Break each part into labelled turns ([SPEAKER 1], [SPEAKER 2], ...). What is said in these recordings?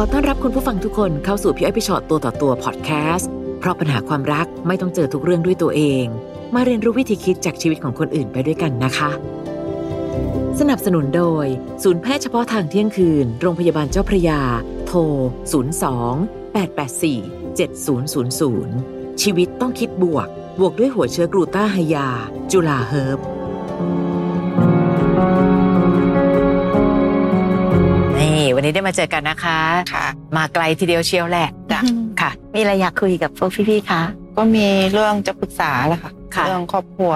[SPEAKER 1] อต้อนรับคุณผู้ฟังทุกคนเข้าสู่พี่อ้อยพี่ชอตตัวต่อตัวพอดแคสต์ เพราะปัญหาความรักไม่ต้องเจอทุกเรื่องด้วยตัวเอง มาเรียนรู้วิธีคิดจากชีวิตของคนอื่นไปด้วยกันนะคะ สนับสนุนโดย ศูนย์แพทย์เฉพาะทางเที่ยงคืน โรงพยาบาลเจ้าพระยา โทร 02 884 7000 ชีวิตต้องคิดบวก บวกด้วยหัวเชื้อกลูต้าไฮยา จุลาเฮิร์บ นี่วันนี้ได้มาเจอกันนะคะ
[SPEAKER 2] ค่ะ
[SPEAKER 1] มาไกลทีเดียวเชียวแหละ
[SPEAKER 2] จ้ะ
[SPEAKER 1] ค่ะ
[SPEAKER 3] มีอะไรอยากคุยกับพวกพี่ๆ คะ
[SPEAKER 2] ก็มีเรื่องจะปรึกษาแหละค่ะ
[SPEAKER 1] ค่ะ
[SPEAKER 2] เรื่องครอบครัว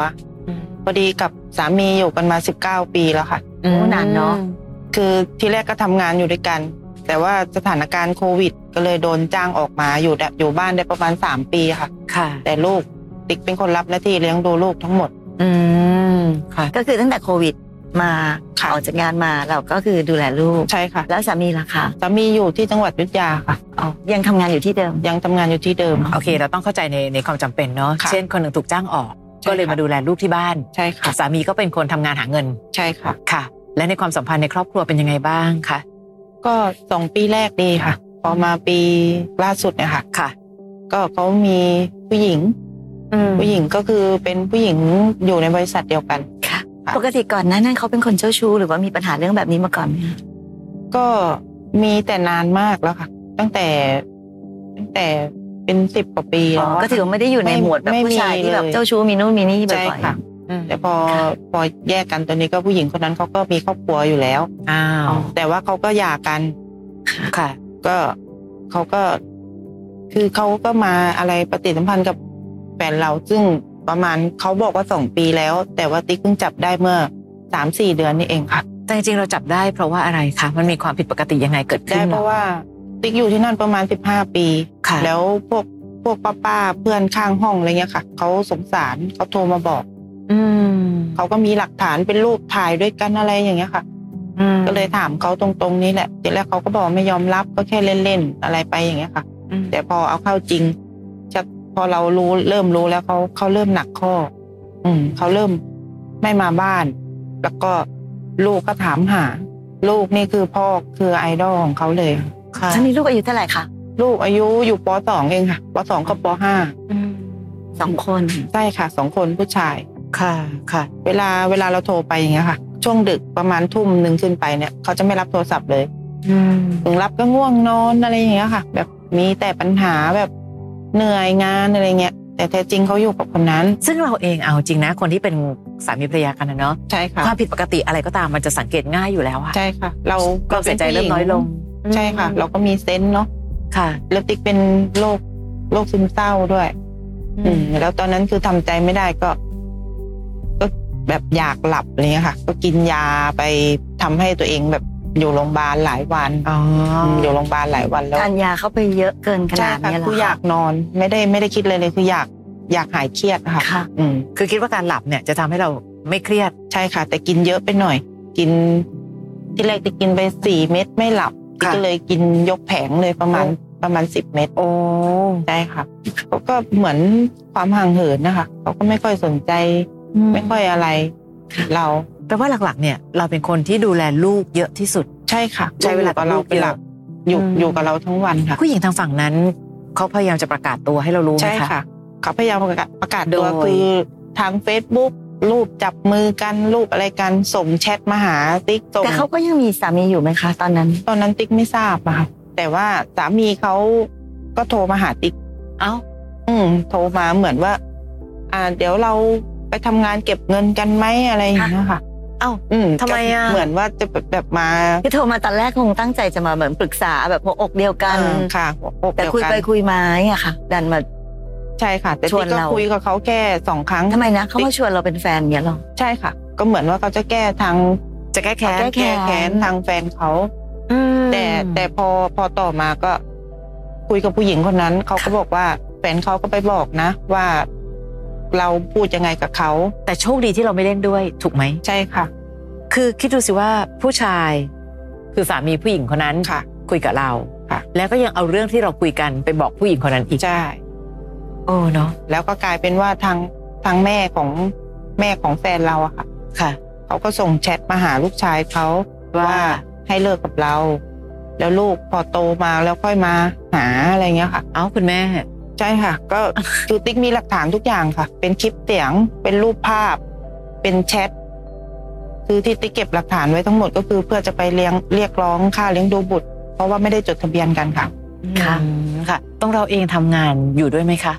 [SPEAKER 2] พอดีกับสามีอยู่กันมา 19 ปีแล้วค่ะ
[SPEAKER 1] อืม
[SPEAKER 3] โอ้นานเนอะ
[SPEAKER 2] คือที่แรกก็ทำงานอยู่ด้วยกัน แต่ว่าสถานการณ์โควิด ก็เลยโดนจ้างออกมาอยู่ได้อยู่บ้านได้ประมาณ 3 ปีค่ะ
[SPEAKER 1] ค่ะ
[SPEAKER 2] แต่ลูกติ๊กเป็นคนรับหน้าที่เลี้ยงดูลูกทั้งหมด
[SPEAKER 1] อืมค่ะ
[SPEAKER 3] ก็คือตั้งแต่โควิดมา
[SPEAKER 2] ค่ะ
[SPEAKER 3] ออกจากงานมาเราก็คือดูแลลูก
[SPEAKER 2] ใช่ค่ะ
[SPEAKER 3] แล้วสามีล่ะคะ
[SPEAKER 2] สามีอยู่ที่จังหวัดอยุทธยาค่ะ
[SPEAKER 3] อ๋อยังทำงานอยู่ที่เดิม
[SPEAKER 2] ยังทำงานอยู่ที่เดิม
[SPEAKER 1] โอเค เราต้องเข้าใจในในความจำเป็นเนาะ
[SPEAKER 2] ค่ะ
[SPEAKER 1] เช่นคนหนึ่งถูกจ้างออก
[SPEAKER 2] ใช่
[SPEAKER 1] ก็เลย
[SPEAKER 2] ค่ะ
[SPEAKER 1] มาดูแลลูกที่บ้าน
[SPEAKER 2] ใช่ค่ะ
[SPEAKER 1] สามีก็เป็นคนทำงานหาเงิน
[SPEAKER 2] ใช่ค่ะ
[SPEAKER 1] ค่ะ และในความสัมพันธ์ในครอบครัวเป็นยังไงบ้างคะ
[SPEAKER 2] ก็สองปีแรกดีค่ะ พอมาปีล่าสุดเนี่ยค่ะ
[SPEAKER 1] ค่ะ
[SPEAKER 2] ก็เขามีผู้หญิง ผู้หญิงก็คือเป็นผู้หญิงอยู่ในบริษัทเดียวกัน
[SPEAKER 3] ปกติก่อนหนานั้นเขาเป็นคนเจ้าชู้หรือว่ามีปัญหาเรื่องแบบนี้มาก่อนไหมคะ
[SPEAKER 2] ก็มีแต่นานมากแล้วค่ะ ตั้งแต่ตั้งแต่เป็นสิบกว่าปีแล้วะ
[SPEAKER 3] ก็ถือว่าไม่ได้อยู่ใน
[SPEAKER 2] ไม่
[SPEAKER 3] หมวดแบบ
[SPEAKER 2] ไม่มี
[SPEAKER 3] ผู้ชายที่แบบ
[SPEAKER 2] เลย
[SPEAKER 3] เจ้าชู้มีนู่นมีนี่บ่
[SPEAKER 2] ใช่
[SPEAKER 3] อย
[SPEAKER 2] ค่ะ แต่พอพอแยกกันตอนนี้ก็ผู้หญิงคนนั้นเขาก็มีครอบครัวอยู่แล้ว
[SPEAKER 1] อ้าว
[SPEAKER 2] แต่ว่าเขาก็หย่ากัน
[SPEAKER 1] ค่ะ
[SPEAKER 2] ก็เขาก็ คือเขาก็มาอะไรปฏิสัมพันธ์กับแฟนเราซึ่งประมาณเขาบอกว่าสองปีแล้ว แต่ว่าติ๊กเพิ่งจับได้เมื่อสามสี่เดือนนี่เองค่ะ
[SPEAKER 1] แต่จริงๆเราจับได้เพราะว่าอะไรคะมันมีความผิดปกติยังไงเกิดขึ้
[SPEAKER 2] ได้
[SPEAKER 1] น
[SPEAKER 2] เพ
[SPEAKER 1] หอ
[SPEAKER 2] ราะว่าติ๊กอยู่ที่นั่นประมาณสิบห้าปี
[SPEAKER 1] ค่ะ
[SPEAKER 2] แล้วพวกพวกป้าป้าๆเพื่อนข้างห้องอะไรเงี้ยค่ะเขาสงสารเขาโทรมาบอก
[SPEAKER 1] อืม
[SPEAKER 2] เขาก็มีหลักฐานเป็นรูปถ่ายด้วยกันอะไรอย่างเงี้ยค่ะ
[SPEAKER 1] อืม
[SPEAKER 2] ก็เลยถามเขาตรงๆนี่แหละทีแรกเขาก็บอกไม่ยอมรับก็แค่เล่นๆอะไรไปอย่างเงี้ยค่ะ
[SPEAKER 1] อืม
[SPEAKER 2] แต่พอเอาเข้าจริงจะพอเรารู้เริ่มรู้แล้วเขาเขาเริ่มหนักข้อ อืมเขาเริ่มไม่มาบ้าน แล้วก็ลูกก็ถามหา ลูกนี่คือพ่อคือไอดอลของเขาเลย
[SPEAKER 1] ค่ะ
[SPEAKER 3] ฉันมีลูกอายุเท่าไหร่คะ
[SPEAKER 2] ลูกอายุอยู่ปสองเองค่ะปสองกับปห้า
[SPEAKER 3] สองคน
[SPEAKER 2] ใช่ค่ะสองคนผู้ชาย
[SPEAKER 1] ค่ะค่ะ
[SPEAKER 2] เวลาเวลาเราโทรไปอย่างเงี้ยค่ะ ช่วงดึกประมาณทุ่มหนึ่งขึ้นไปเนี่ยเขาจะไม่รับโทรศัพท์เลยถึงรับก็ง่วงนอนอะไรอย่างเงี้ยค่ะ แบบมีแต่ปัญหาแบบเหนื่อยงานอะไรเงี้ยแต่แท้จริงเขาอยู่กับคนนั้น
[SPEAKER 1] ซึ่งเราเองเอาจริงนะ คนที่เป็นสามีภรรยากันนะเนาะ
[SPEAKER 2] ใช่ค่ะ
[SPEAKER 1] ความผิดปกติอะไรก็ตามมันจะสังเกตง่ายอยู่แล้วอะ
[SPEAKER 2] ใช่ค่ะ เรา
[SPEAKER 1] ความเสียใจเริ่มน้อยลง
[SPEAKER 2] ใช่ค่ะ เราก็มีเซนส์เนาะ
[SPEAKER 1] ค่ะ
[SPEAKER 2] แล้วติ๊กเป็นโรคโรคซึมเศร้าด้วย อืมแล้วตอนนั้นคือทำใจไม่ได้ก็ ก็แบบอยากหลับอะไรเงี้ยค่ะ ก็กินยาไปทำให้ตัวเองแบบอยู่โรงพยาบาลหลายวัน
[SPEAKER 1] อ๋อ
[SPEAKER 2] มอยู่โรงพยาบาลหลายวันแล้ว
[SPEAKER 3] ทานยาเข้าไปเยอะเกินข
[SPEAKER 2] ใช่
[SPEAKER 3] นาด
[SPEAKER 2] ค่ะ
[SPEAKER 3] เนี้ยเหร
[SPEAKER 2] คือ
[SPEAKER 3] อ
[SPEAKER 2] อ
[SPEAKER 3] คะ
[SPEAKER 2] ยากนอน ไม่ได้ไม่ได้คิดเลยเลยคืออยากอยากหายเครียดค่ะ
[SPEAKER 3] ค่ะ
[SPEAKER 2] อืม
[SPEAKER 1] คือคิดว่าการหลับเนี่ยจะทำให้เราไม่เครียด
[SPEAKER 2] ใช่ค่ะ แต่กินเยอะไปหน่อย กิน ที่แรกจะกินไปสี่เม็ดไม่หลับ
[SPEAKER 1] ค่ะ
[SPEAKER 2] ก็เลยกินยกแผงเลยประมาณประมาณสิบเม็ด
[SPEAKER 1] โอ้
[SPEAKER 2] ใช่ค่ะเขาก็เหมือนความห่างเหินนะคะเขาก็ไม่ค่อยสนใจ ไม่ค่อยอะไร เรา
[SPEAKER 1] แปลว่าหลักๆ เนี่ย เราเป็นคนที่ดูแลลูกเยอะที่สุด
[SPEAKER 2] ใช่ค่ะ
[SPEAKER 1] ใช้เวลากับ
[SPEAKER 2] อ
[SPEAKER 1] ลู
[SPEAKER 2] ยู่เรา
[SPEAKER 1] ก
[SPEAKER 2] เป็นหลักอยู่
[SPEAKER 1] อืม
[SPEAKER 2] อยู่กับเราทั้งวันค่ะ
[SPEAKER 1] ผู้หญิงทางฝั่งนั้นเขาพยายามจะประกาศตัวให้เรารู้ไหม
[SPEAKER 2] ใช่
[SPEAKER 1] คะ
[SPEAKER 2] ค่ะ เขาพยายามประกาศประกาศตัว
[SPEAKER 1] โดย
[SPEAKER 2] คือทาง Facebook รูปจับมือกันรูปอะไรกันส่งแชทมาหาติ๊กส่ง
[SPEAKER 3] แต่เขาก็ยังมีสามีอยู่ไหมคะ ตอนนั้น
[SPEAKER 2] ตอนนั้นติ๊กไม่ทราบอะค่ะแต่ว่าสามีเขาก็โทรมาหาติ๊ก
[SPEAKER 1] เอ้า
[SPEAKER 2] อืมโทรมาเหมือนว่า อ่า เดี๋ยวเราไปทำงานเก็บเงินกันไหมอะไรอย่างเงี้ยค่ะ
[SPEAKER 1] เอ้า
[SPEAKER 2] อืม
[SPEAKER 1] ทำไมอะ
[SPEAKER 2] เหมือนว่าจะแบบมา
[SPEAKER 3] คือโทรมาตอนแรกคงตั้งใจจะมาเหมือนปรึกษาแบบหัวอกเดียวกัน
[SPEAKER 2] อ่าค่ะหัวอก
[SPEAKER 3] แต่
[SPEAKER 2] เดียว
[SPEAKER 3] คุย
[SPEAKER 2] กัน
[SPEAKER 3] ไปคุยมาเนี่ยค่ะ ดันมา
[SPEAKER 2] ใช่ค่ะ แต่
[SPEAKER 3] ช
[SPEAKER 2] ที่
[SPEAKER 3] วน
[SPEAKER 2] ก็
[SPEAKER 3] เรา
[SPEAKER 2] คุยกับเขาแค่สองครั้ง
[SPEAKER 3] ทำไมนะเขามาชวนเราเป็นแฟนเนี่ยเหรอ
[SPEAKER 2] ใช่ค่ะ ก็เหมือนว่าเขาจะแก้ทาง
[SPEAKER 1] จะแก้แค้น
[SPEAKER 3] ก้แค้น
[SPEAKER 2] แค้นทางแฟนเขา
[SPEAKER 1] อืม
[SPEAKER 2] แต่แต่พอพอต่อมาก็ คุยกับผู้หญิงคนนั้นเขาก็บอกว่าแฟนเขาก็ไปบอกนะ ว่า เราพูดยังไงกับเขา
[SPEAKER 1] แต่โชคดีที่เราไม่เล่นด้วยถูกไหม
[SPEAKER 2] ใช่ค่ะ
[SPEAKER 1] คือคิดดูสิว่าผู้ชาย คือสามีผู้หญิงคนนั้น
[SPEAKER 2] ค่ะ
[SPEAKER 1] คุยกับเรา
[SPEAKER 2] ค่ะ
[SPEAKER 1] แล้วก็ยังเอาเรื่องที่เราคุยกันไปบอกผู้หญิงคนนั้นอีก
[SPEAKER 2] ใช่
[SPEAKER 1] โอ้เนาะ
[SPEAKER 2] แล้วก็กลายเป็นว่าทางทางแม่ของแม่ของแฟนเราอะค่ะ
[SPEAKER 1] ค่ะ
[SPEAKER 2] เขาก็ส่งแชทมาหาลูกชายเขา
[SPEAKER 1] ว่า
[SPEAKER 2] ให้เลิกกับเรา แล้วลูกพอโตมาแล้วค่อยมาหาอะไรเงี้ยค่ะ
[SPEAKER 4] เอ้าคุณแม่
[SPEAKER 2] ใช่ค่ะ ก็ คือติ๊กมีหลักฐานทุกอย่างค่ะ เป็นคลิปเสียง เป็นรูปภาพ เป็นแชทคือที่ติ๊กเก็บหลักฐานไว้ทั้งหมดก็คือเพื่อจะไปเลี้ยงเรียกร้องค่าเลี้ยงดูบุตร เพราะว่าไม่ได้จดทะเบียนกันค่ะ
[SPEAKER 4] ค่ะ
[SPEAKER 1] อืมค่ะ ต้องเราเองทำงานอยู่ด้วยไหมคะ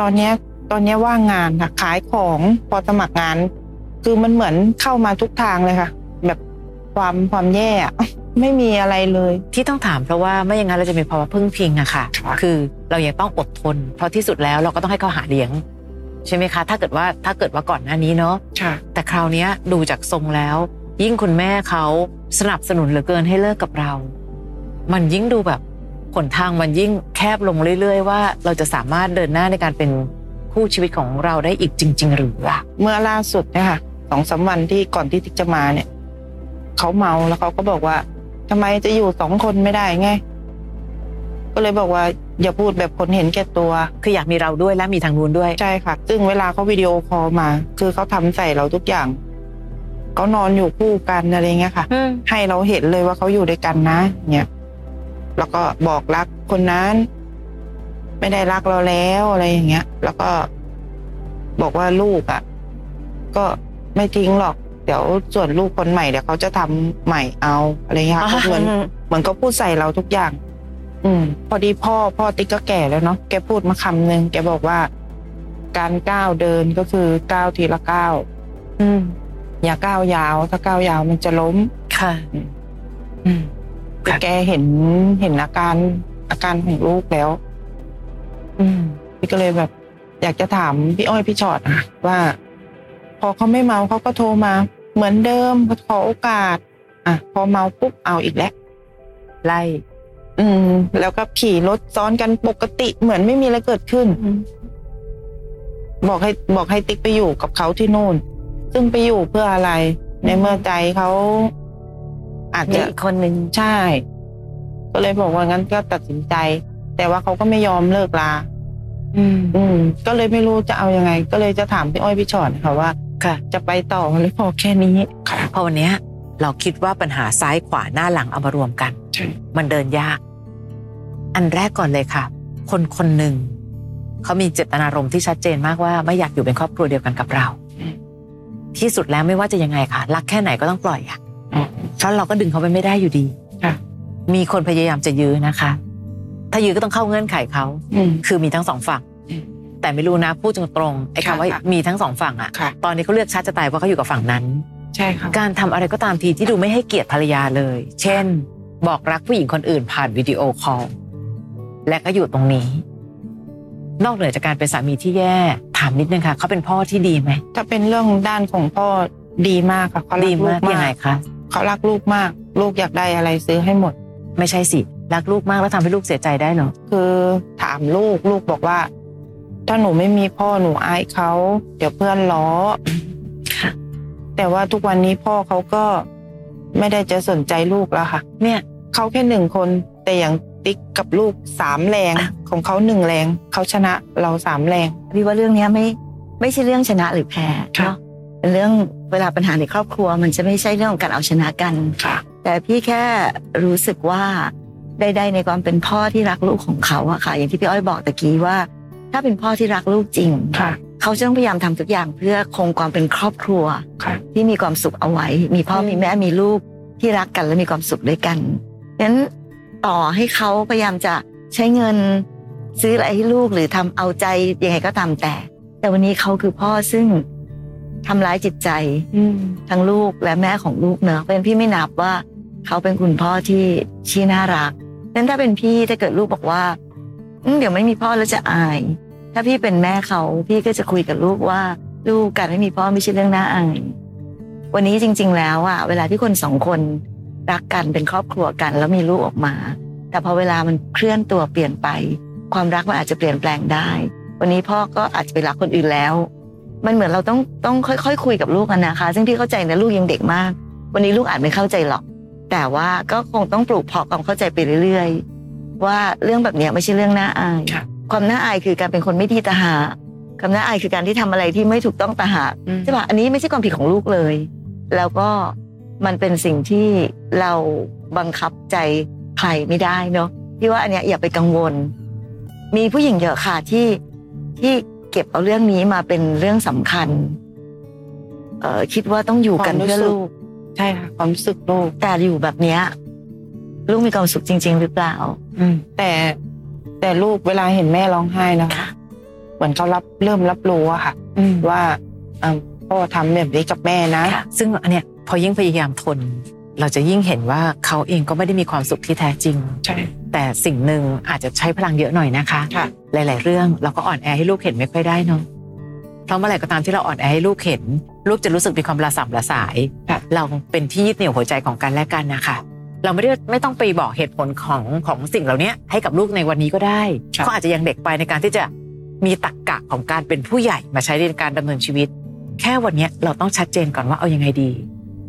[SPEAKER 2] ตอนเนี้ยตอนเนี้ยว่างงานค่ะขายของพอสมัครงาน คือมันเหมือนเข้ามาทุกทางเลยค่ะ แบบความความแย่อะ ไม่มีอะไรเลย
[SPEAKER 1] ที่ต้องถามเพราะว่าไม่อย่างนั้นเราจะมีภาวะพึ่งพิงอะค่ะ
[SPEAKER 2] ค่ะ
[SPEAKER 1] คือเรายังต้องอดทน เพราะที่สุดแล้วเราก็ต้องให้เขาหาเลี้ยง ใช่ไหมคะ ถ้าเกิดว่าถ้าเกิดว่าก่อนหน้านี้เนาะ
[SPEAKER 2] ค่ะ
[SPEAKER 1] แต่คราวเนี้ยดูจากทรงแล้ว ยิ่งคุณแม่เขาสนับสนุนเหลือเกินให้เลิกกับเรา มันยิ่งดูแบบหนทางมันยิ่งแคบลงเรื่อยๆ ว่าเราจะสามารถเดินหน้าในการเป็นคู่ชีวิตของเราได้อีกจริง ๆ หรือล่ะ
[SPEAKER 2] เมื่อล่าสุดเนี่ยค่ะสองสามวันที่ก่อนที่ติ๊กจะมาเนี่ยเขาเมาแล้วเขาก็บอกว่าทำไมจะอยู่สองคนไม่ได้ไง ก็เลยบอกว่าอย่าพูดแบบคนเห็นแก่ตัว
[SPEAKER 1] คืออยากมีเราด้วยและมีทางนู้นด้วย
[SPEAKER 2] ใช่ค่ะ ซึ่งเวลาเขาวิดีโอคอลมา คือเขาทำใส่เราทุกอย่างเขานอนอยู่คู่กันอะไรเงี้ยค่ะ ให้เราเห็นเลยว่าเขาอยู่ด้วยกันนะเนี่ยแล้วก็บอกรักคนนั้น ไม่ได้รักเราแล้วอะไรอย่างเงี้ย แล้วก็บอกว่าลูกอ่ะ ก็ไม่ทิ้งหรอก เดี๋ยวส่วนลูกคนใหม่เดี๋ยวเขาจะทำใหม่เอาอะไรอย่างเงี้ยค่ะเหมือน เหมือนก็พูดใส่เราทุกอย่าง อืม พอดีพ่อพ่อติ๊กก็แก่แล้วเนาะ แกพูดมาคำหนึง แกบอกว่า การก้าวเดินก็คือก้าวทีละก้าว
[SPEAKER 1] อืม
[SPEAKER 2] อย่าก้าวยาว ถ้าก้าวยาวมันจะล้ม
[SPEAKER 1] ค่ะ อืม
[SPEAKER 2] แต่
[SPEAKER 1] ค่ะ
[SPEAKER 2] แกเห็นเห็นอาการอาการของลูกแล้ว
[SPEAKER 1] อืม
[SPEAKER 2] พี่ก็เลยแบบ อยากจะถามพี่อ้อยพี่ชอดอะว่า พอเขาไม่เมาเขาก็โทรมา เหมือนเดิมขอโอกาส อ่ะ พอเมาปุ๊บเอาอีกแล้ว
[SPEAKER 1] ไล่
[SPEAKER 2] อืม แล้วก็ขี่รถซ้อนกันปกติเหมือนไม่มีอะไรเกิดขึ้น บอกให้บอกให้ติ๊กไปอยู่กับเขาที่นู่น ซึ่งไปอยู่เพื่ออะไร ในเมื่อใจเขาอาจ
[SPEAKER 3] มี
[SPEAKER 2] จะ
[SPEAKER 3] อีกคนหนึ่ง
[SPEAKER 2] ใช่ ก็เลยบอกว่างั้นก็ตัดสินใจ แต่ว่าเขาก็ไม่ยอมเลิกลา
[SPEAKER 1] อืม
[SPEAKER 2] อืม ก็เลยไม่รู้จะเอายังไง ก็เลยจะถามพี่อ้อยพี่ชอดค่ะว่า
[SPEAKER 1] ค่ะ
[SPEAKER 2] จะไปต่อหรือพอแค่นี้ ค่ะ
[SPEAKER 1] พอวันเนี้ย เราคิดว่าปัญหาซ้ายขวาหน้าหลังเอามารวมกัน
[SPEAKER 2] ใช่
[SPEAKER 1] มันเดินยาก อันแรกก่อนเลยค่ะ คนคนหนึ่งเขามีเจตนารมณ์ที่ชัดเจนมากว่าไม่อยากอยู่เป็นครอบครัวเดียวกันกับเรา ที่สุดแล้วไม่ว่าจะยังไงค่ะ รักแค่ไหนก็ต้องปล่อยอะ
[SPEAKER 2] อืม
[SPEAKER 1] เพราะเราก็ดึงเขาไปไม่ได้อยู่ดี
[SPEAKER 2] ค่ะ
[SPEAKER 1] มีคนพยายามจะยื้อนะคะ ถ้ายื้อก็ต้องเข้าเงื่อนไขเขา
[SPEAKER 2] อืม
[SPEAKER 1] คือมีทั้งสองฝั่ง
[SPEAKER 2] อืม
[SPEAKER 1] แต่ไม่รู้นะพูดตรงๆไอ้
[SPEAKER 2] ค่ะ
[SPEAKER 1] คำว่า
[SPEAKER 2] ค่ะ
[SPEAKER 1] มีทั้งสองฝั่งอะ
[SPEAKER 2] ค่ะ
[SPEAKER 1] ตอนนี้เขาเลือกชัดจะตายว่าเขาอยู่กับฝั่งนั้น
[SPEAKER 2] ใช่ค่ะ
[SPEAKER 1] การทำอะไรก็ตามทีที่ดูไม่ให้เกียรติภรรยาเลย เช่น บอกรักผู้หญิงคนอื่นผ่านวิดีโอคอล และก็อยู่ตรงนี้ นอกเหนือจากการเป็นสามีที่แย่ ถามนิดนึงค่ะ เขาเป็นพ่อที่ดีไหม
[SPEAKER 2] ถ้าเป็นเรื่องด้านของพ่อดีมากค่ะเขารั
[SPEAKER 1] ดี
[SPEAKER 2] กลู
[SPEAKER 1] มาก กยังไง
[SPEAKER 2] มาก
[SPEAKER 1] คะ
[SPEAKER 2] เขารักลูกมาก ลูกอยากได้อะไรซื้อให้หมด
[SPEAKER 1] ไม่ใช่สิ รักลูกมากแล้วทำให้ลูกเสียใจได้เหรอ
[SPEAKER 2] คือถามลูกลูกบอกว่า ถ้าหนูไม่มีพ่อหนูอายเขา เดี๋ยวเพื่อนล้อ
[SPEAKER 3] ค่ะ
[SPEAKER 2] แต่ว่าทุกวันนี้พ่อเขาก็ไม่ได้จะสนใจลูกแล้วค่ะ
[SPEAKER 1] เนี่ย
[SPEAKER 2] เขาแค่หนึ่งคนแต่อย่างติ๊กกับลูกสามแรงของเขาหนึ่งแรง เขาชนะเราสามแรง
[SPEAKER 3] พี่ว่าเรื่องเนี้ยไม่ไม่ใช่เรื่องชนะหรือแพ้
[SPEAKER 2] ค่ะ
[SPEAKER 3] เนาะเป็นเรื่องเวลาปัญหาในครอบครัว มันจะไม่ใช่เรื่องของการเอาชนะกัน
[SPEAKER 2] ค่ะ
[SPEAKER 3] แต่พี่แค่รู้สึกว่าใดๆในความเป็นพ่อที่รักลูกของเขาอะค่ะ อย่างที่พี่อ้อยบอกตะกี้ว่า ถ้าเป็นพ่อที่รักลูกจริง
[SPEAKER 2] ค่ะ
[SPEAKER 3] เขาจะต้องพยายามทำทุกอย่างเพื่อคงความเป็นครอบครัว
[SPEAKER 2] ค่ะ
[SPEAKER 3] ที่มีความสุขเอาไว้ มีพ่อ
[SPEAKER 2] อืม
[SPEAKER 3] มีแม่มีลูกที่รักกันและมีความสุขด้วยกันฉะนั้นต่อให้เขาพยายามจะใช้เงินซื้ออะไรให้ลูกหรือทำเอาใจยังไงก็ตามแต่ แต่วันนี้เขาคือพ่อซึ่งทำร้ายจิตใจทั้งลูกและแม่ของลูกเนอะเพราะฉะนั้นพี่ไม่นับว่าเขาเป็นคุณพ่อที่ชี้น่ารักฉะนั้นถ้าเป็นพี่ถ้าเกิดลูกบอกว่าอืมเดี๋ยวไม่มีพ่อแล้วจะอาย ถ้าพี่เป็นแม่เขาพี่ก็จะคุยกับลูกว่า ลูกการไม่มีพ่อไม่ใช่เรื่องน่าอายวันนี้จริง ๆ แล้วอะเวลาที่คนสองคนรักกันเป็นครอบครัวกัน แล้วมีลูกออกมา แต่พอเวลามันเคลื่อนตัวเปลี่ยนไป ความรักมันอาจจะเปลี่ยนแปลงได้ วันนี้พ่อก็อาจจะไปรักคนอื่นแล้ว มันเหมือนเราต้องต้องค่อยๆคุยกับลูกอะนะคะ ซึ่งพี่เข้าใจนะลูกยังเด็กมาก วันนี้ลูกอาจไม่เข้าใจหรอก แต่ว่าก็คงต้องปลูกเพาะความเข้าใจไปเรื่อย ๆ ว่าเรื่องแบบเนี้ยไม่ใช่เรื่องน่าอาย
[SPEAKER 2] ค่ะ
[SPEAKER 3] ความน่าอายคือการเป็นคนไม่ดีตาหากความน่าอายคือการที่ทำอะไรที่ไม่ถูกต้องตาหากใช่ปะอันนี้ไม่ใช่ความผิดของลูกเลย แล้วก็มันเป็นสิ่งที่เราบังคับใจ ใครไม่ได้เนอะพี่ว่าอันเนี้ยอย่าไปกังวล มีผู้หญิงเยอะค่ะที่ที่เก็บเอาเรื่องนี้มาเป็นเรื่องสำคัญ เออคิดว่าต้องอยู่กัน
[SPEAKER 2] ความรู้
[SPEAKER 3] เพื่อ
[SPEAKER 2] สึก
[SPEAKER 3] ลูก
[SPEAKER 2] ใช่ค่ะความรู้สึกลูก
[SPEAKER 3] แต่อยู่แบบเนี้ยลูกมีความสุขจริง ๆ หรือเปล่า
[SPEAKER 1] อืม
[SPEAKER 2] แต่แต่ลูกเวลาเห็นแม่ร้องไห้นะคะ เหมือนเขารับเริ่มรับรู้อะค่ะ
[SPEAKER 1] อืม
[SPEAKER 2] ว่าเอิ่มพ่อทำแบบนี้กับแม่นะ
[SPEAKER 3] ค่ะ
[SPEAKER 1] ซึ่งอันเนี้ยพอยิ่งพยายามทน เราจะยิ่งเห็นว่าเขาเองก็ไม่ได้มีความสุขที่แท้จริง
[SPEAKER 2] ใช่
[SPEAKER 1] แต่สิ่งหนึ่งอาจจะใช้พลังเยอะหน่อยนะคะ
[SPEAKER 2] ค่ะ
[SPEAKER 1] หลาย ๆ เรื่องเราก็อ่อนแอให้ลูกเห็นไม่ค่อยได้เนาะเพราะเมื่อไหร่ก็ตามที่เราอ่อนแอให้ลูกเห็น ลูกจะรู้สึกมีความระสำระสาย
[SPEAKER 2] ค่ะ
[SPEAKER 1] เราเป็นที่ยึดเหนี่ยวหัวใจของกันและกันนะคะเราไม่ได้ไม่ต้องไปบอกเหตุผลของของสิ่งเหล่านี้ให้กับลูกในวันนี้ก็ได้เขาอาจจะยังเด็กไปในการที่จะมีตรกกะของการเป็นผู้ใหญ่มาใช้ในการดำเนินชีวิต แค่วันเนี้ยเราต้องชัดเจนก่อนว่าเอายังไงดี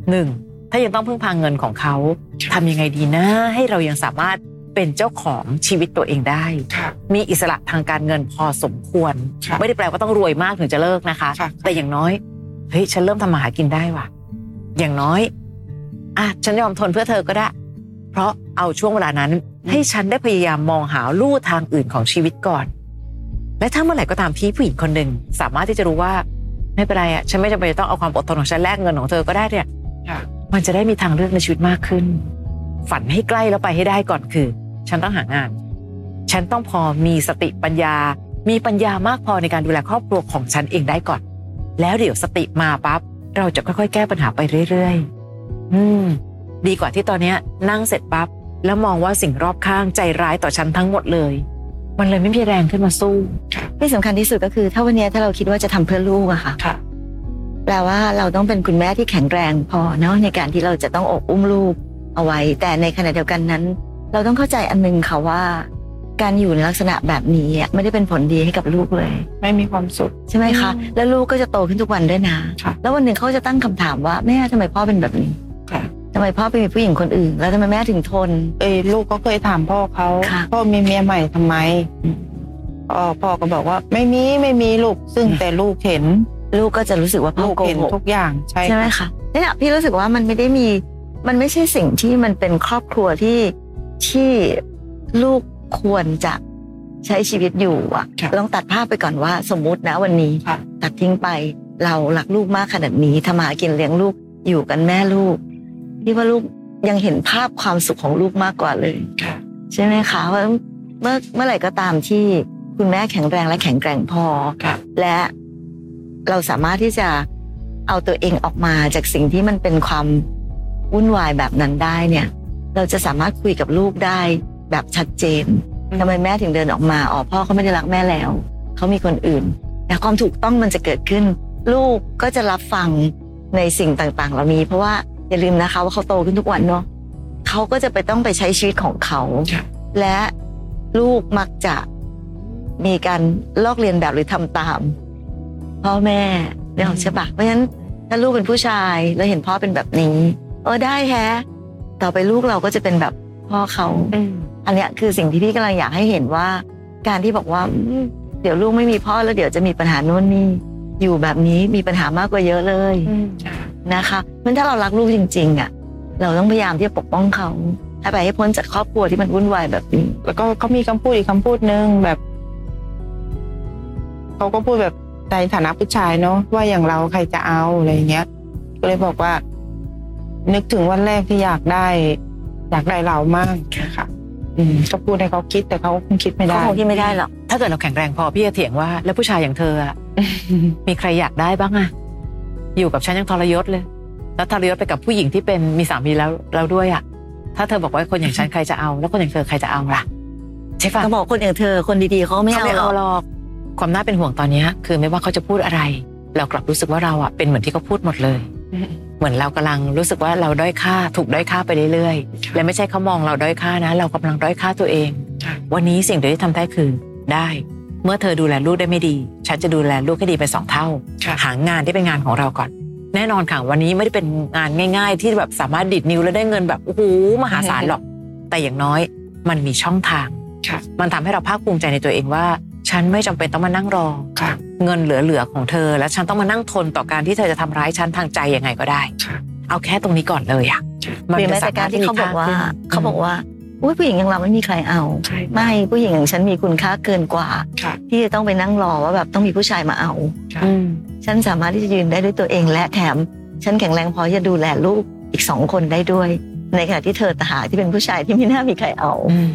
[SPEAKER 1] หนึ่งถ้ายังต้องพึ่งพางเงินของเขาทำยังไงดีนะ ให้เรายังสามารถเป็นเจ้าของชีวิตตัวเองได้
[SPEAKER 2] ค่ะ
[SPEAKER 1] มีอิสระทางการเงินพอสมควร
[SPEAKER 2] ค่ะ
[SPEAKER 1] ไม่ได้แปลว่าต้องรวยมากถึงจะเลิกนะคะ
[SPEAKER 2] ค่ะ
[SPEAKER 1] แต่อย่างน้อยเฮ้ยฉันเริ่มทำมาหากินได้ว่ะ อย่างน้อยอ่ะฉันยอมทนเพื่อเธอก็ได้ เพราะเอาช่วงเวลานั้น ให้ฉันได้พยายามมองหาลู่ทางอื่นของชีวิตก่อน และถ้าเมื่อไหร่ก็ตามที่ผู้หญิงคนหนึ่งสามารถที่จะรู้ว่า ไม่เป็นไรอ่ะฉันไม่จำเป็นจะต้องเอาความอดทนของฉันแลกเงินของเธอก็ได้เนี่ย
[SPEAKER 2] ค่ะ
[SPEAKER 1] มันจะได้มีทางเลือกในชีวิตมากขึ้น ฝันให้ใกล้แล้วไปให้ได้ก่อนคือ ฉันต้องหางาน ฉันต้องพอมีสติปัญญา มีปัญญามากพอในการดูแลครอบครัวของฉันเองได้ก่อน แล้วเดี๋ยวสติมาปั๊บเราจะค่อยๆ แก้ปัญหาไปเรื่อยๆ อืม ดีกว่าที่ตอนเนี้ยนั่งเสร็จปั๊บแล้วมองว่าสิ่งรอบข้างใจร้ายต่อฉันทั้งหมดเลย มันเลยไม่มีแรงขึ้นมาสู้
[SPEAKER 3] ที่สำคัญที่สุดก็คือ ถ้าวันเนี้ยถ้าเราคิดว่าจะทำเพื่อลูกอะค่ะ
[SPEAKER 2] ค่ะ
[SPEAKER 3] แปลว่าเราต้องเป็นคุณแม่ที่แข็งแรงพอเนาะในการที่เราจะต้องโอบอุ้มลูกเอาไว้ แต่ในขณะเดียวกันนั้น เราต้องเข้าใจอันหนึงค่ะว่า การอยู่ในลักษณะแบบนี้อะไม่ได้เป็นผลดีให้กับลูกเลย
[SPEAKER 2] ไม่มีความสุข
[SPEAKER 3] ใช่ไหมคะ แล้วลูกก็จะโตขึ้นทุกวันด้วยนะ
[SPEAKER 2] ค่ะ
[SPEAKER 3] แล้ววันหนึ่งเขาจะตั้งคำถามว่าแม่ทำไมพ่อเป็นแบบนี้
[SPEAKER 2] ค่ะ
[SPEAKER 3] ทำไมพ่อไปมีผู้หญิงคนอื่น แล้วทำไมแม่ถึงทน
[SPEAKER 2] เอ้ยลูกก็เคยถามพ่อเขา
[SPEAKER 3] ค่ะ
[SPEAKER 2] พ่อมีเมียใหม่ทำไมอ๋อพ่อก็บอกว่า ไม่มีไม่มีลูก ซึ่ง
[SPEAKER 1] อืม
[SPEAKER 2] แต่ลูกเห็น
[SPEAKER 3] ลูกก็จะรู้สึกว่าพ่อ
[SPEAKER 2] ลูก
[SPEAKER 3] โก
[SPEAKER 2] เห็น
[SPEAKER 3] หก
[SPEAKER 2] ทุกอย่างใช่
[SPEAKER 3] ใช่ไหมคะเนี่ยพี่รู้สึกว่ามันไม่ได้มี มันไม่ใช่สิ่งที่มันเป็นครอบครัวที่ที่ลูกควรจะใช้ชีวิตอยู่อะ
[SPEAKER 2] ค่ะ
[SPEAKER 3] ลองตัดภาพไปก่อนว่าสมมุตินะวันนี้
[SPEAKER 2] ค่ะ
[SPEAKER 3] ตัดทิ้งไปเรารักลูกมากขนาดนี้ทำมาหากินเลี้ยงลูกอยู่กันแม่ลูกพี่ว่าลูกยังเห็นภาพความสุขของลูกมากกว่าเลย
[SPEAKER 2] ค่ะ
[SPEAKER 3] ใช่ไหมคะว่าเมื่อเมื่อไหร่ก็ตามที่คุณแม่แข็งแรงและแข็งแกร่งพอ
[SPEAKER 2] ค่ะ
[SPEAKER 3] และเราสามารถที่จะเอาตัวเองออกมาจากสิ่งที่มันเป็นความวุ่นวายแบบนั้นได้เนี่ย เราจะสามารถคุยกับลูกได้แบบชัดเจน
[SPEAKER 2] อืม
[SPEAKER 3] ทำไมแม่ถึงเดินออกมาอ๋อพ่อเขาไม่ได้รักแม่แล้วเขามีคนอื่น แต่ความถูกต้องมันจะเกิดขึ้น ลูกก็จะรับฟังในสิ่งต่างๆ เหล่านี้ เพราะว่าอย่าลืมนะคะว่าเขาโตขึ้นทุกวันเนาะเขาก็จะไปต้องไปใช้ชีวิตของเขา และลูกมักจะมีการลอกเลียนแบบหรือทำตาม พ่อแม่เนี่ยใช่ปะเพราะฉะนั้นถ้าลูกเป็นผู้ชายแล้วเห็นพ่อเป็นแบบนี้ เออได้แฮะ ต่อไปลูกเราก็จะเป็นแบบพ่อเขา อันเนี้ยคือสิ่งที่พี่กำลังอยากให้เห็นว่า การที่บอกว่าอืมเดี๋ยวลูกไม่มีพ่อแล้วเดี๋ยวจะมีปัญหาโน่นนี่อยู่แบบนี้มีปัญหามากกว่าเยอะเลยนะคะมันถ้าเรารักลูกจริงๆอ่ะเราต้องพยายามที่จะปกป้องเขาให้ไปให้พ้นจากครอบครัวที่มันวุ่นวายแบบนี้
[SPEAKER 2] แล้วก็เขามีคำพูดอีกคำพูดหนึงแบบเขาก็พูดแบบในฐานะผู้ชายเนาะว่าอย่างเราใครจะเอาอะไรอย่างเงี้ย ก็เลยบอกว่า นึกถึงวันแรกที่อยากได้ อยากได้เรามากค่ะ อืมก็พูดให้เขาคิดแต่เขาคงคิดไม่
[SPEAKER 3] ก็
[SPEAKER 2] ได้
[SPEAKER 3] คงที่ไม่ได้หรอก
[SPEAKER 1] ถ้าเกิดเราแข็งแรงพอพี่จะเถียงว่า แล้วผู้ชายอย่างเธออะ มีใครอยากได้บ้างอะอยู่กับฉันยังทรยศเลย แล้วทรยศไปกับผู้หญิงที่เป็นมีสามีแล้วเราด้วยอะถ้าเธอบอกว่าคนอย่างฉันใครจะเอา แล้วคนอย่างเธอใครจะเอาล่ะ ใช่ปะ
[SPEAKER 3] ก็บอกคนอย่างเธอคนดีๆเขาไม่
[SPEAKER 1] เขา
[SPEAKER 3] เอา
[SPEAKER 1] ไม่
[SPEAKER 3] หร
[SPEAKER 1] เอา
[SPEAKER 3] อก
[SPEAKER 1] หรอก ความน่าเป็นห่วงตอนเนี้ยคือไม่ว่าเขาจะพูดอะไร เรากลับรู้สึกว่าเราอะเป็นเหมือนที่เขาพูดหมดเลย
[SPEAKER 2] อืม
[SPEAKER 1] เหมือนเรากำลังรู้สึกว่าเราด้อยค่าถูกด้อยค่าไปเรื่อยๆ และไม่ใช่เขามองเราด้อยค่านะ เรากำลังด้อยค่าตัวเอง วันนี้สิ่งเดียวที่ทำได้คือได้ เมื่อเธอดูแลลูกได้ไม่ดี ฉันจะดูแลลูกให้ดีเป็นสองเท่า
[SPEAKER 2] ค่ะ
[SPEAKER 1] หางานที่เป็นงานของเราก่อน แน่นอนค่ะวันนี้ไม่ได้เป็นงานง่าย ๆ ที่แบบสามารถดิดนิ้วแล้วได้เงินแบบโอ้โหมหาศาลหรอก แต่อย่างน้อยมันมีช่องทาง
[SPEAKER 2] ค่ะ
[SPEAKER 1] มันทำให้เราภาคภูมิใจในตัวเองว่า ฉันไม่จำเป็นต้องมานั่งรอ
[SPEAKER 2] ค่ะ
[SPEAKER 1] เงินเหลือๆของเธอ แล้วฉันต้องมานั่งทนต่อการที่เธอจะทำร้ายฉันทางใจยังไงก็ได้
[SPEAKER 2] ค่ะ
[SPEAKER 1] เอาแค่ตรงนี้ก่อนเลยอะ
[SPEAKER 3] หรือแม้แต่การที่เขาบอกว่า
[SPEAKER 1] สรถมีค่
[SPEAKER 3] เขาบอกว่า อุ๊ยผู้หญิงอย่างเราไม่มีใครเอา
[SPEAKER 2] ใช่
[SPEAKER 3] ไม่ผู้หญิงอย่างฉันมีคุณค่าเกินกว่า
[SPEAKER 2] ค่ะ
[SPEAKER 3] ที่จะต้องไปนั่งรอว่าแบบต้องมีผู้ชายมาเอา
[SPEAKER 2] ค่ะ
[SPEAKER 1] อืม
[SPEAKER 3] ฉันสามารถที่จะยืนได้ด้วยตัวเองและแถม ฉันแข็งแรงพอที่จะดูแลลูกอีกสองคนได้ด้วย ในขณะที่เธอตางหากที่เป็นผู้ชายที่ไม่น่ามีใครเอา
[SPEAKER 1] อืม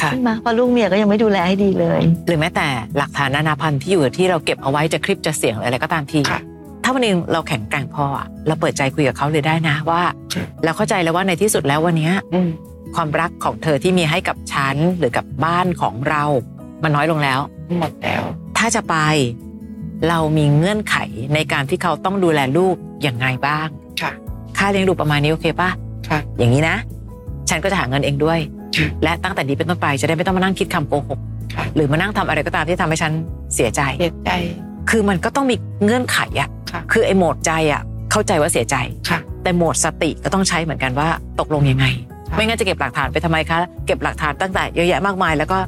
[SPEAKER 1] ค่ะ
[SPEAKER 3] ใช่ไหมเพราะลูกเมียก็ยังไม่ดูแลให้ดีเลย
[SPEAKER 1] หรือแม้แต่หลักฐานนานาพันธุ์ที่อยู่ที่เราเก็บเอาไว้จะคลิปจะเสียงหรืออะไรก็ตามที
[SPEAKER 2] ค่ะ
[SPEAKER 1] ถ้าวันหนึงเราแข็งแกร่งพออะเราเปิดใจคุยกับเขาเลยได้นะว่า
[SPEAKER 2] ใช่
[SPEAKER 1] เราเข้าใจแล้วว่าในที่สุดแล้ววันเนี้ย
[SPEAKER 2] อืม
[SPEAKER 1] ความรักของเธอที่มีให้กับฉันหรือกับบ้านของเรา มันน้อยลงแล้ว
[SPEAKER 2] หมดแล้ว
[SPEAKER 1] ถ้าจะไป เรามีเงื่อนไขในการที่เขาต้องดูแลลูกอย่างไงบ้าง
[SPEAKER 2] ค่ะ
[SPEAKER 1] ค่าเลี้ยงดูประมาณนี้โอเคป่ะ
[SPEAKER 2] ค่ะ
[SPEAKER 1] อย่างนี้นะ ฉันก็จะหาเงินเองด้วย
[SPEAKER 2] ค่ะ
[SPEAKER 1] และตั้งแต่นี้เป็นต้นไปจะได้ไม่ต้องมานั่งคิดคำโกหก
[SPEAKER 2] ค่ะ
[SPEAKER 1] หรือมานั่งทำอะไรก็ตามที่ทำให้ฉันเสียใจ
[SPEAKER 2] เสียใจ
[SPEAKER 1] คือมันก็ต้องมีเงื่อนไขอะ
[SPEAKER 2] ค่ะ
[SPEAKER 1] อไอ้โหมดใจอะเข้าใจว่าเสียใจ
[SPEAKER 2] ค่ะ
[SPEAKER 1] แต่โหมดสติก็ต้องใช้เหมือนกันว่าตกลงยังไง
[SPEAKER 2] ค่ะ
[SPEAKER 1] ไม่งั้นจะเก็บหลักฐานไปทำไมคะ เก็บหลักฐานตั้งแต่เยอะแยะมากมาย แล้วก็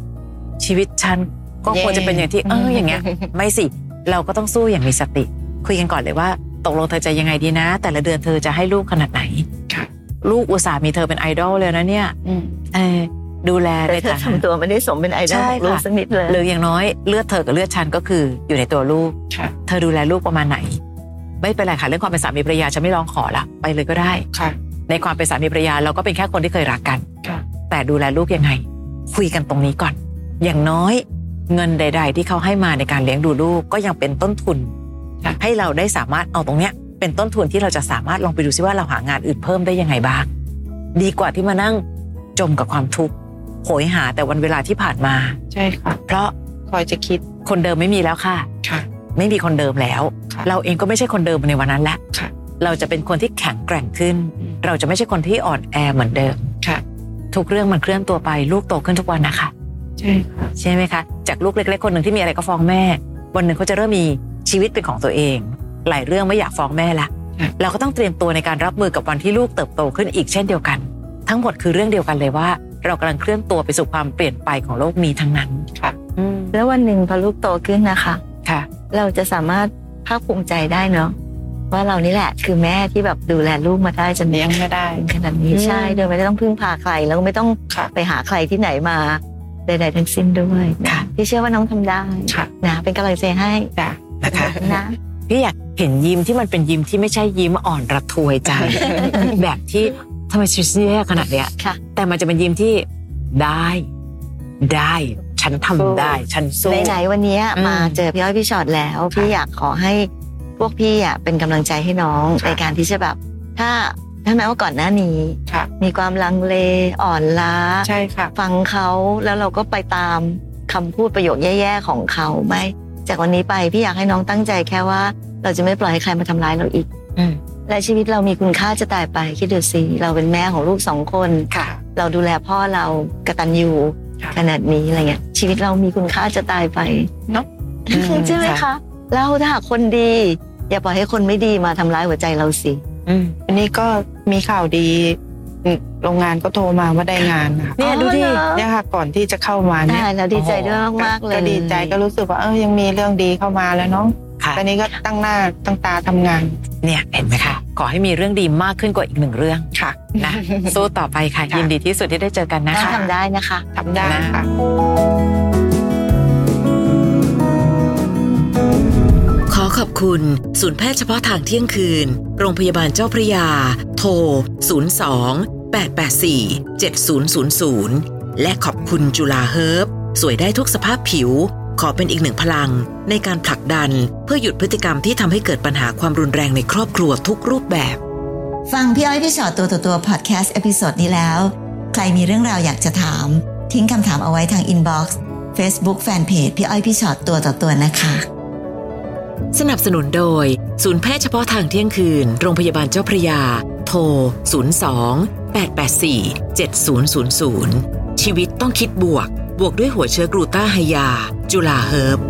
[SPEAKER 1] ชีวิตฉันก็ควรจะเป็นอย่างที่เอออย่างเงี้ย ไม่สิ เราก็ต้องสู้อย่างมีสติ คุยกันก่อนเลยว่า ตกลงเธอจะยังไงดีนะ แต่ละเดือนเธอจะให้ลูกขนาดไหน
[SPEAKER 2] ค่ะ
[SPEAKER 1] ลูกอุตส่าห์มีเธอเป็นไอดอลเลยนะเนี่ย
[SPEAKER 2] อืม
[SPEAKER 1] เออดูแล
[SPEAKER 3] แต่
[SPEAKER 1] ใน
[SPEAKER 3] เธอ
[SPEAKER 1] ฐานะ
[SPEAKER 3] ทำตัวไม่ได้สมเป็นไอดอลของลูกสักนิดเลย
[SPEAKER 1] หรืออย่างน้อยเลือดเธอกับเลือดฉันก็คืออยู่ในตัวลูก
[SPEAKER 2] ค่ะ
[SPEAKER 1] เธอดูแลลูกประมาณไหน ไม่เป็นไรค่ะเรื่องความเป็นสามีภรรยาฉันไม่ร้องขอละไปเลยก็ได้
[SPEAKER 2] ค่ะ
[SPEAKER 1] ในความเป็นสามีภรรยาเราก็เป็นแค่คนที่เคยรักกัน
[SPEAKER 2] ค่ะ
[SPEAKER 1] แต่ดูแลลูกยังไง คุยกันตรงนี้ก่อน อย่างน้อยเงินใด ๆ ที่เขาให้มาในการเลี้ยงดูลูกก็ยังเป็นต้นทุน
[SPEAKER 2] ค่ะ
[SPEAKER 1] ให้เราได้สามารถเอาตรงเนี้ย เป็นต้นทุนที่เราจะสามารถลองไปดูซิว่าเราหางานอื่นเพิ่มได้ยังไงบ้าง ดีกว่าที่มานั่งจมกับความทุกข์โหยหาแต่วันเวลาที่ผ่านมา
[SPEAKER 2] ใช่ค่ะ
[SPEAKER 1] เพราะ
[SPEAKER 2] คอยจะคิด
[SPEAKER 1] คนเดิมไม่มีแล้วค่ะ
[SPEAKER 2] ค่ะ
[SPEAKER 1] ไม่มีคนเดิมแล้ว
[SPEAKER 2] ค่ะ
[SPEAKER 1] เราเองก็ไม่ใช่คนเดิมในวันนั้นละ
[SPEAKER 2] ค่ะ
[SPEAKER 1] เราจะเป็นคนที่แข็งแกร่งขึ้น
[SPEAKER 2] อืม
[SPEAKER 1] เราจะไม่ใช่คนที่อ่อนแอเหมือนเดิม
[SPEAKER 2] ค่ะ
[SPEAKER 1] ทุกเรื่องมันเคลื่อนตัวไปลูกโตขึ้นทุกวันนะคะ
[SPEAKER 2] ใช่ค่ะ
[SPEAKER 1] ใช่ไหมคะ จากลูกเล็กๆคนหนึ่งที่มีอะไรก็ฟ้องแม่ วันหนึ่งเขาจะเริ่มมีชีวิตเป็นของตัวเอง หลายเรื่องไม่อยากฟ้องแม่ละ
[SPEAKER 2] ค่ะ
[SPEAKER 1] เราก็ต้องเตรียมตัวในการรับมือกับวันที่ลูกเติบโตขึ้นอีกเช่นเดียวกัน ทั้งหมดคือเรื่องเดียวกันเลยว่า เรากำลังเคลื่อนตัวไปสู่ความเปลี่ยนไปของโลกนี้ทั้งนั้น
[SPEAKER 2] ค่ะ
[SPEAKER 1] อืม
[SPEAKER 3] แล้ววันหนึ่งพอลูกโตขึ้นนะคะ
[SPEAKER 1] ค่ะ
[SPEAKER 3] เราจะสามารถภาคภูมิใจได้เนาะว่าเรานี่แหละคือแม่ที่แบบดูแลลูกมาได้จน
[SPEAKER 2] เลี้ยงไม่ได้
[SPEAKER 3] ถึงขนาดนี้
[SPEAKER 1] อืม
[SPEAKER 3] ใช่โดยไม่ต้องพึ่งพาใครแล้วก็ไม่ต้อง
[SPEAKER 2] ค่ะ
[SPEAKER 3] ไปหาใครที่ไหนมาใดๆทั้งสิ้นด้วยนะ
[SPEAKER 1] ค่ะ
[SPEAKER 3] ที่เชื่อว่าน้องทำได้
[SPEAKER 2] ค่ะ
[SPEAKER 3] นะเป็นกำลังใจให้
[SPEAKER 2] จ้ะ
[SPEAKER 1] นะคะ
[SPEAKER 3] นะ
[SPEAKER 1] พี่อยากเห็นยิ้มที่มันเป็นยิ้มที่ไม่ใช่ยิ้มอ่อนระทวยใจ แบบที่ทำไมชีวิตแย่ขนาดเนี้ย
[SPEAKER 3] ค่ะ
[SPEAKER 1] แต่มันจะเป็นยิ้มที่ได้ ได้ ฉันทำได้ ฉันสู้
[SPEAKER 3] ไหนๆวันนี้
[SPEAKER 1] อืม
[SPEAKER 3] มาเจอพี่อ้อยพี่ชอตแล้วพี่อยากขอให้พวกพี่อ่ะเป็นกำลังใจให้น้องในการที่จะแบบ ถ้าถ้าแม้ว่าก่อนหน้านี้
[SPEAKER 2] ค่ะ
[SPEAKER 3] มีความลังเลอ่อนล้า
[SPEAKER 2] ใช่ค่ะ
[SPEAKER 3] ฟังเขาแล้วเราก็ไปตามคำพูดประโยคแย่ๆของเขาไหมจากวันนี้ไปพี่อยากให้น้องตั้งใจแค่ว่า เราจะไม่ปล่อยให้ใครมาทำร้ายเราอีก
[SPEAKER 1] อืม
[SPEAKER 3] และชีวิตเรามีคุณค่าจะตายไปคิดดูสิเราเป็นแม่ของลูกสองคน
[SPEAKER 2] ค่ะ
[SPEAKER 3] เราดูแลพ่อเรากระตันยู
[SPEAKER 2] ค่ะ
[SPEAKER 3] ขนาดนี้อะไรเงี้ยชีวิตเรามีคุณค่าจะตายไป
[SPEAKER 2] เนาะ
[SPEAKER 1] อืม
[SPEAKER 3] ใช่ไหมคะเราถ้าหากคนดี อย่าปล่อยให้คนไม่ดีมาทำร้ายหัวใจเราสิ
[SPEAKER 1] อืม
[SPEAKER 2] วันนี้ก็มีข่าวดีอืมโรงงานก็โทรมาว่าได้งานนะคะ
[SPEAKER 1] เนี่ยดูดิ
[SPEAKER 3] อ๋อเหรอ
[SPEAKER 2] เนี่ยค่ะ ก่อนที่จะเข้ามาเนี่ย
[SPEAKER 3] ได้แล้วดีใจด้วยมากๆเลย
[SPEAKER 2] ก็ดีใจก็รู้สึกว่าเออยังมีเรื่องดีเข้ามาแล้วเนาะ
[SPEAKER 1] ค่ะ
[SPEAKER 2] ตอนนี้ก็ตั้งหน้าตั้งตาทำงาน
[SPEAKER 1] เนี่ยเห็นไหมคะขอให้มีเรื่องดีมากขึ้นกว่าอีกหนึ่งเรื่อง
[SPEAKER 2] ค่ะ
[SPEAKER 1] นะสู้ต่อไปค่ะ
[SPEAKER 2] ค่ะ
[SPEAKER 1] ยินดีที่สุดที่ได้เจอกันนะ
[SPEAKER 3] น้อง
[SPEAKER 1] คะ
[SPEAKER 3] ทำได้นะคะ
[SPEAKER 2] ทำได้ค่ะ
[SPEAKER 4] ขอขอบคุณ ศูนย์แพทย์เฉพาะทางเที่ยงคืน โรงพยาบาลเจ้าพระยา โทร 02 884 7000 และขอบคุณจุฬาเฮิร์บสวยได้ทุกสภาพผิว ขอเป็นอีกหนึ่งพลัง ในการผลักดัน เพื่อหยุดพฤติกรรมที่ทำให้เกิดปัญหาความรุนแรงในครอบครัวทุกรูปแบบ
[SPEAKER 5] ฟังพี่อ้อยพี่ชอตตัวต่อตัวพอดแคสต์เอพิโซดนี้แล้ว ใครมีเรื่องราวอยากจะถาม ทิ้งคำถามเอาไว้ทางอินบ็อกซ์เฟซบุ๊กแฟนเพจพี่อ้อยพี่ชอตตัวต่อตัวนะคะ
[SPEAKER 4] สนับสนุนโดย ศูนย์แพทย์เฉพาะทางเที่ยงคืน โรงพยาบาลเจ้าพระยา โทร 02 884 7000 ชีวิตต้องคิดบวก บวกด้วยหัวเชื้อกลูต้าไฮยา จุฬาเฮิร์บ